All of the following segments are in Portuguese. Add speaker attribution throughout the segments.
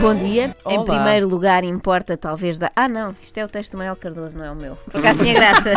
Speaker 1: Bom dia. Em
Speaker 2: Olá.
Speaker 1: primeiro lugar, importa talvez da. Ah, não, isto é o texto do Manuel Cardoso, não é o meu. Por acaso tinha graça.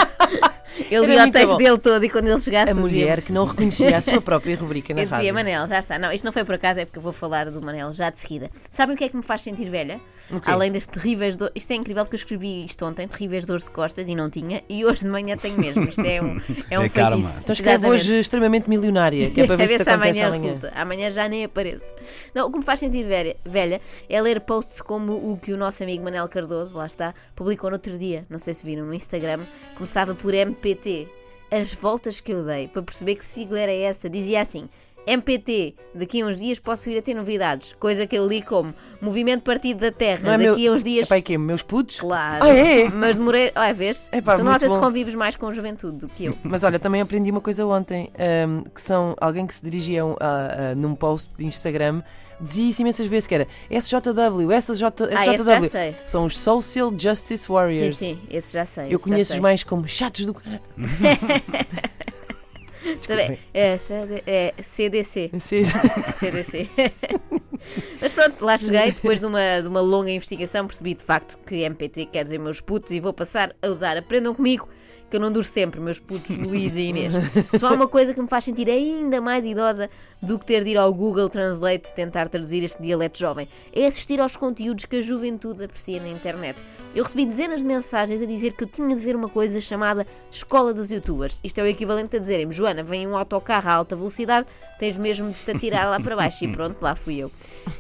Speaker 1: Eu
Speaker 2: Era
Speaker 1: li o
Speaker 2: muito
Speaker 1: texto
Speaker 2: bom.
Speaker 1: dele todo e quando ele chegasse.
Speaker 2: A
Speaker 1: eu dizia-
Speaker 2: mulher que não reconhecia a sua própria rubrica na
Speaker 1: Eu dizia,
Speaker 2: rádio.
Speaker 1: Manel, já está. Não, isto não foi por acaso, é porque eu vou falar do Manel já de seguida. Sabem o que é que me faz sentir velha?
Speaker 2: O quê?
Speaker 1: Além das terríveis dores. Isto é incrível porque eu escrevi isto ontem, terríveis dores de costas, e não tinha, e hoje de manhã tenho mesmo. Isto é um, é um
Speaker 3: É karma.
Speaker 1: feitiço.
Speaker 2: Então escreve
Speaker 1: Exatamente.
Speaker 2: hoje extremamente milionária, que é para ver
Speaker 1: A
Speaker 2: se
Speaker 1: ver
Speaker 2: te acontece
Speaker 1: amanhã
Speaker 2: amanhã.
Speaker 1: resulta. Amanhã já nem apareço. Não, o que me faz sentir velha, velha é ler posts como o que o nosso amigo Manel Cardoso, lá está, publicou no outro dia. Não sei se viram no Instagram. Começava por MPT. As voltas que eu dei para perceber que sigla era essa. Dizia assim. MPT, daqui a uns dias posso ir a ter novidades. Coisa que eu li como Movimento Partido da Terra, daqui a uns dias.
Speaker 2: é Epá, e quê? Meus putos?
Speaker 1: Claro.
Speaker 2: Ah, é?
Speaker 1: Mas demorei. Ah, vês?
Speaker 2: Epá,
Speaker 1: tu
Speaker 2: muito
Speaker 1: notas que
Speaker 2: bom.
Speaker 1: convives mais com juventude do que eu.
Speaker 2: Mas olha, também aprendi uma coisa ontem, ahm, que são alguém que se dirigia a- a- a- num post de Instagram, dizia isso imensas vezes, que era SJW, SJ,
Speaker 1: Ah, esse já
Speaker 2: SJW.
Speaker 1: sei.
Speaker 2: são os Social Justice Warriors.
Speaker 1: Sim, sim, esse já sei.
Speaker 2: Eu
Speaker 1: esse já
Speaker 2: conheço
Speaker 1: sei.
Speaker 2: os mais como chatos do caralho.
Speaker 1: Também, é, CD é CDC.
Speaker 2: Sim.
Speaker 1: CDC. Mas pronto, lá cheguei. Depois de uma, de uma longa investigação, percebi de facto que MPT quer dizer meus putos e vou passar a usar. Aprendam comigo que eu não duro sempre, meus putos Luís e Inês. Só há uma coisa que me faz sentir ainda mais idosa do que ter de ir ao Google Translate tentar traduzir este dialeto jovem. É assistir aos conteúdos que a juventude aprecia na internet. Eu recebi dezenas de mensagens a dizer que eu tinha de ver uma coisa chamada Escola dos Youtubers. Isto é o equivalente a dizerem-me, Joana, vem um autocarro a alta velocidade, tens mesmo de te atirar lá para baixo. E pronto, lá fui eu.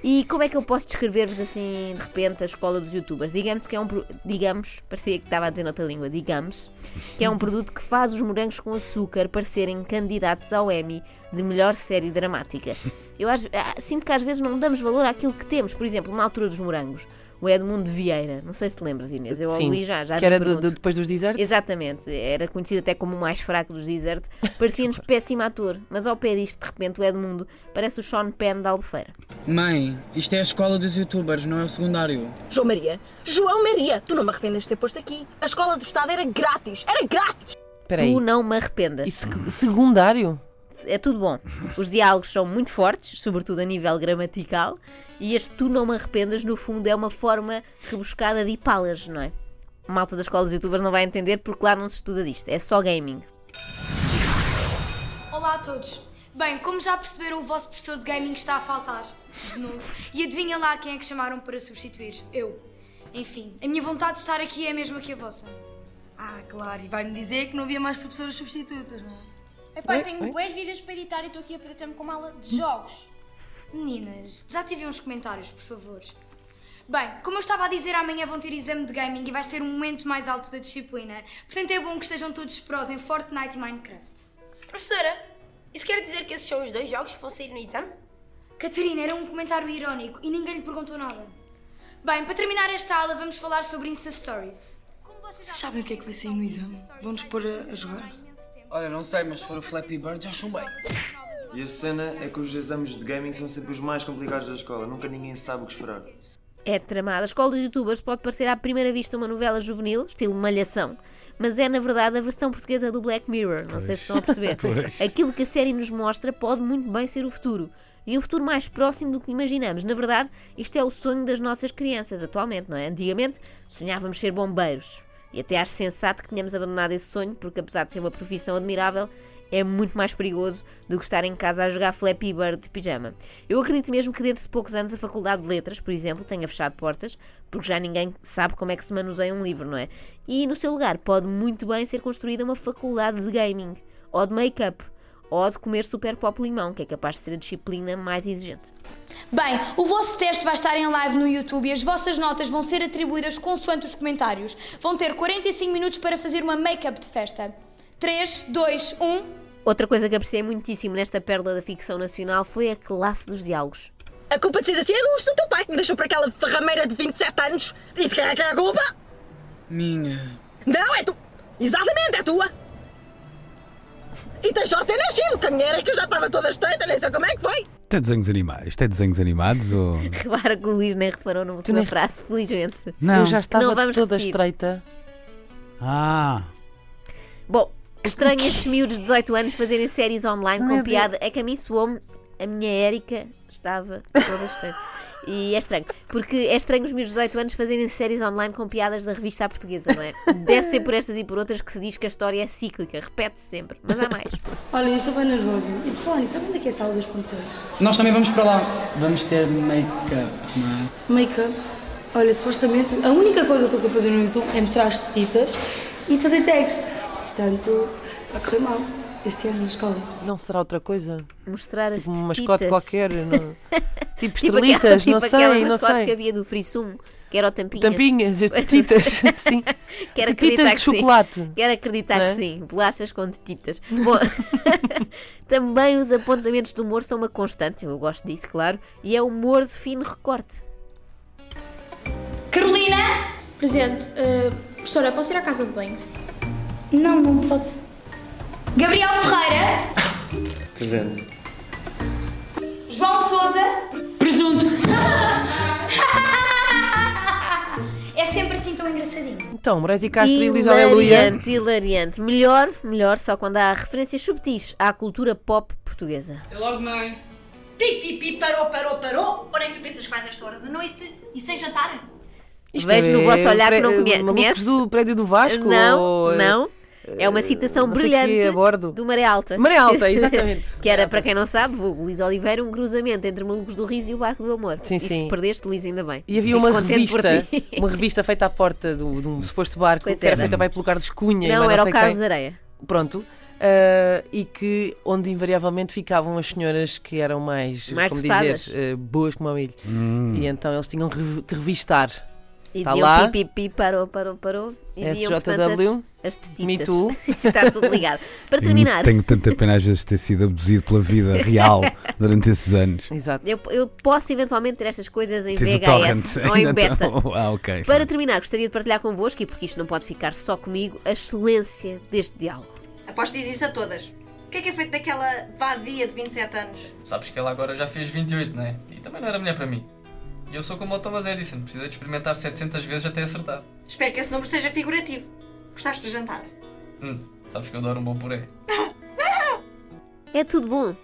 Speaker 1: E como é que eu posso descrever-vos assim, de repente, a Escola dos Youtubers? Digamos que é um. pro- Digamos, parecia que estava a dizer noutra língua, digamos, que é um produto que faz os morangos com açúcar parecerem candidatos ao Emmy de melhor série dramática. Eu acho- ah, sinto que às vezes não damos valor àquilo que temos. Por exemplo, na altura dos morangos, o Edmundo Vieira, não sei se te lembras, Inês, eu ao
Speaker 2: Sim,
Speaker 1: Luís já, já
Speaker 2: que
Speaker 1: lhe
Speaker 2: era do-
Speaker 1: pergunto.
Speaker 2: do- depois dos desertos?
Speaker 1: Exatamente, era conhecido até como o mais fraco dos Desert, parecia-nos péssimo ator, mas ao pé disto, de repente, o Edmundo parece o Sean Penn da Albufeira.
Speaker 4: Mãe, isto é a escola dos youtubers, não é o secundário.
Speaker 5: João Maria, João Maria, tu não me arrependes de ter posto aqui. A escola do Estado era grátis, era grátis.
Speaker 2: Espera aí.
Speaker 1: Tu não me arrependas.
Speaker 2: E sec- secundário?
Speaker 1: É tudo bom. Os diálogos são muito fortes, sobretudo a nível gramatical, e este tu não me arrependas, no fundo, é uma forma rebuscada de hipá-las, não é? A malta das escolas youtubers não vai entender porque lá não se estuda disto, é só gaming.
Speaker 6: Olá a todos. Bem, como já perceberam, o vosso professor de gaming está a faltar. De novo. E adivinha lá quem é que chamaram para substituir? Eu. Enfim, a minha vontade de estar aqui é a mesma que a vossa.
Speaker 7: Ah, claro, e vai-me dizer que não havia mais professoras substitutas, não é?
Speaker 8: Epá, eu tenho boas vídeos para editar e estou aqui a perder tempo com aula de jogos.
Speaker 6: Meninas, desativem os comentários, por favor. Bem, como eu estava a dizer, amanhã vão ter exame de gaming e vai ser o momento mais alto da disciplina. Portanto, é bom que estejam todos prós em Fortnite e Minecraft.
Speaker 8: Professora, isso quer dizer que esses são os dois jogos que vão sair no exame?
Speaker 6: Catarina, era um comentário irónico e ninguém lhe perguntou nada. Bem, para terminar esta aula, vamos falar sobre Insta Stories.
Speaker 7: Vocês sabem o que é que vai sair no exame? Vão-nos pôr a, a jogar?
Speaker 4: Olha, não sei, mas se for o Flappy Bird, já chumbei.
Speaker 9: E a cena é que os exames de gaming são sempre os mais complicados da escola, nunca ninguém sabe o que esperar.
Speaker 1: É tramada. A escola dos youtubers pode parecer à primeira vista uma novela juvenil, estilo Malhação, mas é na verdade a versão portuguesa do Black Mirror. Não sei se estão a perceber. Aquilo que a série nos mostra pode muito bem ser o futuro. E um futuro mais próximo do que imaginamos. Na verdade, isto é o sonho das nossas crianças atualmente, não é? Antigamente sonhávamos ser bombeiros. E até acho sensato que tenhamos abandonado esse sonho, porque apesar de ser uma profissão admirável, é muito mais perigoso do que estar em casa a jogar Flappy Bird de pijama. Eu acredito mesmo que dentro de poucos anos a Faculdade de Letras, por exemplo, tenha fechado portas, porque já ninguém sabe como é que se manuseia um livro, não é? E no seu lugar pode muito bem ser construída uma faculdade de gaming, ou de make-up, ou de comer super pop limão, que é capaz de ser a disciplina mais exigente.
Speaker 6: Bem, o vosso teste vai estar em live no YouTube e as vossas notas vão ser atribuídas consoante os comentários. Vão ter 45 minutos para fazer uma make-up de festa. um. 3, 2, 1.
Speaker 1: Outra coisa que apreciei muitíssimo nesta pérola da ficção nacional foi a classe dos diálogos.
Speaker 5: A culpa de ser assim é do urso do teu pai que me deixou para aquela ferrameira de 27 anos. E de quem é que é a culpa?
Speaker 4: Minha.
Speaker 5: Não, é tu. Exatamente, é tua. E tens sorte de ter nascido, que a minha era que eu já estava toda estreita, nem sei como é que foi.
Speaker 3: Isto é desenhos animados. Isto é desenhos animados ou.
Speaker 1: Repara que o Luís nem reparou numa última
Speaker 2: nem-
Speaker 1: frase, felizmente.
Speaker 3: Não.
Speaker 2: Eu já estava
Speaker 1: Não vamos
Speaker 2: toda
Speaker 1: repetir.
Speaker 2: estreita.
Speaker 3: Ah,
Speaker 1: Bom, estranho estes miúdos de 18 anos fazerem séries online
Speaker 2: Meu
Speaker 1: com piada. É que a mim soou-me a minha Érica estava toda estranha. E é estranho, porque é estranho os meus 18 anos fazerem séries online com piadas da revista à portuguesa, não é? Deve ser por estas e por outras que se diz que a história é cíclica, repete-se sempre, mas há mais.
Speaker 10: Olha, eu estou bem nervosa. E por falar nisso, sabe onde é que é a sala dos concertos?
Speaker 4: Nós também vamos para lá. Vamos ter make-up, não é?
Speaker 10: Make-up. Olha, supostamente a única coisa que eu sei fazer no YouTube é mostrar as tetitas e fazer tags. Portanto, vai correr mal este ano na escola.
Speaker 2: Não será outra coisa?
Speaker 1: Mostrar as
Speaker 2: Tipo um mascote
Speaker 1: tetitas.
Speaker 2: qualquer? não- Tipo
Speaker 1: Tipo aquela-
Speaker 2: estrelitas,
Speaker 1: tipo
Speaker 2: não
Speaker 1: aquela
Speaker 2: sei, não
Speaker 1: mascote que
Speaker 2: sei.
Speaker 1: havia do Frissum, que era o Tampinhas.
Speaker 2: Tampinhas, as tetitas, sim.
Speaker 1: Quero
Speaker 2: Tetitas
Speaker 1: acreditar
Speaker 2: de
Speaker 1: que sim.
Speaker 2: chocolate.
Speaker 1: Quero acreditar
Speaker 2: Não é?
Speaker 1: que sim. Bolachas com tetitas. Bom, também os apontamentos de humor são uma constante, eu gosto disso, claro, e é humor de fino recorte.
Speaker 6: Carolina!
Speaker 11: Presente. professora, posso ir à casa de banho?
Speaker 6: Não, não posso. Gabriel Ferreira!
Speaker 9: Presente.
Speaker 6: João Souza!
Speaker 4: Presunto!
Speaker 6: É sempre assim tão engraçadinho.
Speaker 2: Então, Moraes e Castro e Luís Aleluia.
Speaker 1: hilariante, hilariante. Melhor, melhor, só quando há referências subtis à cultura pop portuguesa.
Speaker 4: É logo, mãe.
Speaker 6: Pi, pi, pi, parou, parou, parou! Onde é que tu pensas que vais a esta hora da noite e sem jantar?
Speaker 1: Vejo
Speaker 2: é
Speaker 1: no
Speaker 2: um
Speaker 1: vosso olhar que não
Speaker 2: pre-
Speaker 1: conhe-
Speaker 2: Malucos
Speaker 1: conheces.
Speaker 2: do prédio do Vasco?
Speaker 1: não,
Speaker 2: ou, eh,
Speaker 1: não. É uma citação
Speaker 2: não sei o quê,
Speaker 1: brilhante
Speaker 2: a bordo.
Speaker 1: do Maré Alta.
Speaker 2: Maré Alta, exatamente.
Speaker 1: que era, para quem não sabe, vulgo Luís Oliveira, um cruzamento entre Malucos do Riso e o Barco do Amor.
Speaker 2: Sim,
Speaker 1: e
Speaker 2: sim.
Speaker 1: se perdeste, Luís, ainda bem.
Speaker 2: E havia
Speaker 1: Fico
Speaker 2: uma
Speaker 1: contente por
Speaker 2: revista,
Speaker 1: ti.
Speaker 2: uma revista feita à porta do- de um suposto barco,
Speaker 1: Pois
Speaker 2: que era
Speaker 1: era.
Speaker 2: feita bem pelo Carlos Cunha. e mais
Speaker 1: Não, era o
Speaker 2: sei
Speaker 1: Carlos
Speaker 2: quem.
Speaker 1: Areia.
Speaker 2: Pronto. ah, e que onde invariavelmente ficavam as senhoras que eram mais,
Speaker 1: Mais
Speaker 2: como
Speaker 1: dotadas.
Speaker 2: dizer, ah, boas como a milho. E então eles tinham re- que revistar
Speaker 1: E
Speaker 2: Tá
Speaker 1: diziam
Speaker 2: lá.
Speaker 1: pi, pi, pi, parou, parou, parou. E viam,
Speaker 2: SJW,
Speaker 1: portanto, as, as tetitas.
Speaker 2: Me Too.
Speaker 1: Está tudo ligado. Para
Speaker 3: Tenho,
Speaker 1: terminar,
Speaker 3: tenho tanta pena às vezes de ter sido abduzido pela vida real durante esses anos.
Speaker 2: Exato.
Speaker 1: eu, eu posso eventualmente ter estas coisas em
Speaker 3: Tens o torrent.
Speaker 1: VHS ou em
Speaker 3: ainda
Speaker 1: beta.
Speaker 3: não- Ah, ok.
Speaker 1: Para terminar, gostaria de partilhar convosco, e porque isto não pode ficar só comigo, a excelência deste diálogo.
Speaker 7: Aposto que diz isso a todas. O que é que é feito daquela vadia de 27 anos?
Speaker 12: Sabes que ela agora já fez 28, né? E também não era mulher para mim. E eu sou como o Thomas Edison, precisei de experimentar 700 vezes até acertar.
Speaker 7: Espero que esse número seja figurativo. Gostaste de jantar?
Speaker 12: Hum, sabes que eu adoro um bom purê.
Speaker 1: É tudo bom.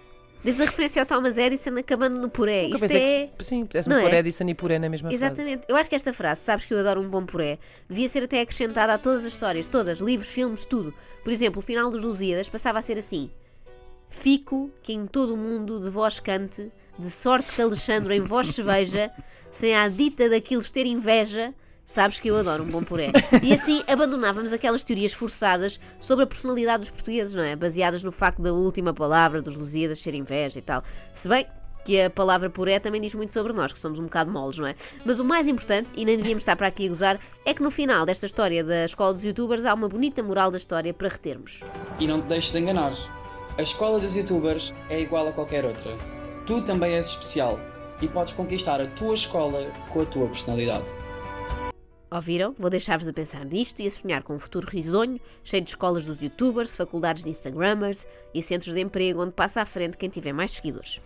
Speaker 1: Desde a referência ao Thomas Edison acabando no puré.
Speaker 2: Nunca
Speaker 1: Isto
Speaker 2: pensei
Speaker 1: é.
Speaker 2: que sim, pudesse
Speaker 1: não
Speaker 2: pôr
Speaker 1: é?
Speaker 2: Edison e Puré na mesma frase.
Speaker 1: Exatamente. Eu acho que esta frase, sabes que eu adoro um bom puré, devia ser até acrescentada a todas as histórias, todas, livros, filmes, tudo. Por exemplo, o final dos Lusíadas passava a ser assim: Fico que em todo o mundo de vós cante, de sorte que Alexandre em vós se veja, sem a dita daqueles ter inveja. Sabes que eu adoro um bom puré. E assim abandonávamos aquelas teorias forçadas sobre a personalidade dos portugueses, não é? Baseadas no facto da última palavra dos Lusíadas ser inveja e tal. Se bem que a palavra puré também diz muito sobre nós, que somos um bocado moles, não é? Mas o mais importante, e nem devíamos estar para aqui a gozar, é que no final desta história da escola dos youtubers há uma bonita moral da história para retermos.
Speaker 4: E não te deixes enganar. A escola dos youtubers é igual a qualquer outra. Tu também és especial e podes conquistar a tua escola com a tua personalidade.
Speaker 1: Ouviram? Vou deixar-vos a pensar nisto e a sonhar com um futuro risonho, cheio de escolas dos youtubers, faculdades de instagrammers e centros de emprego onde passa à frente quem tiver mais seguidores.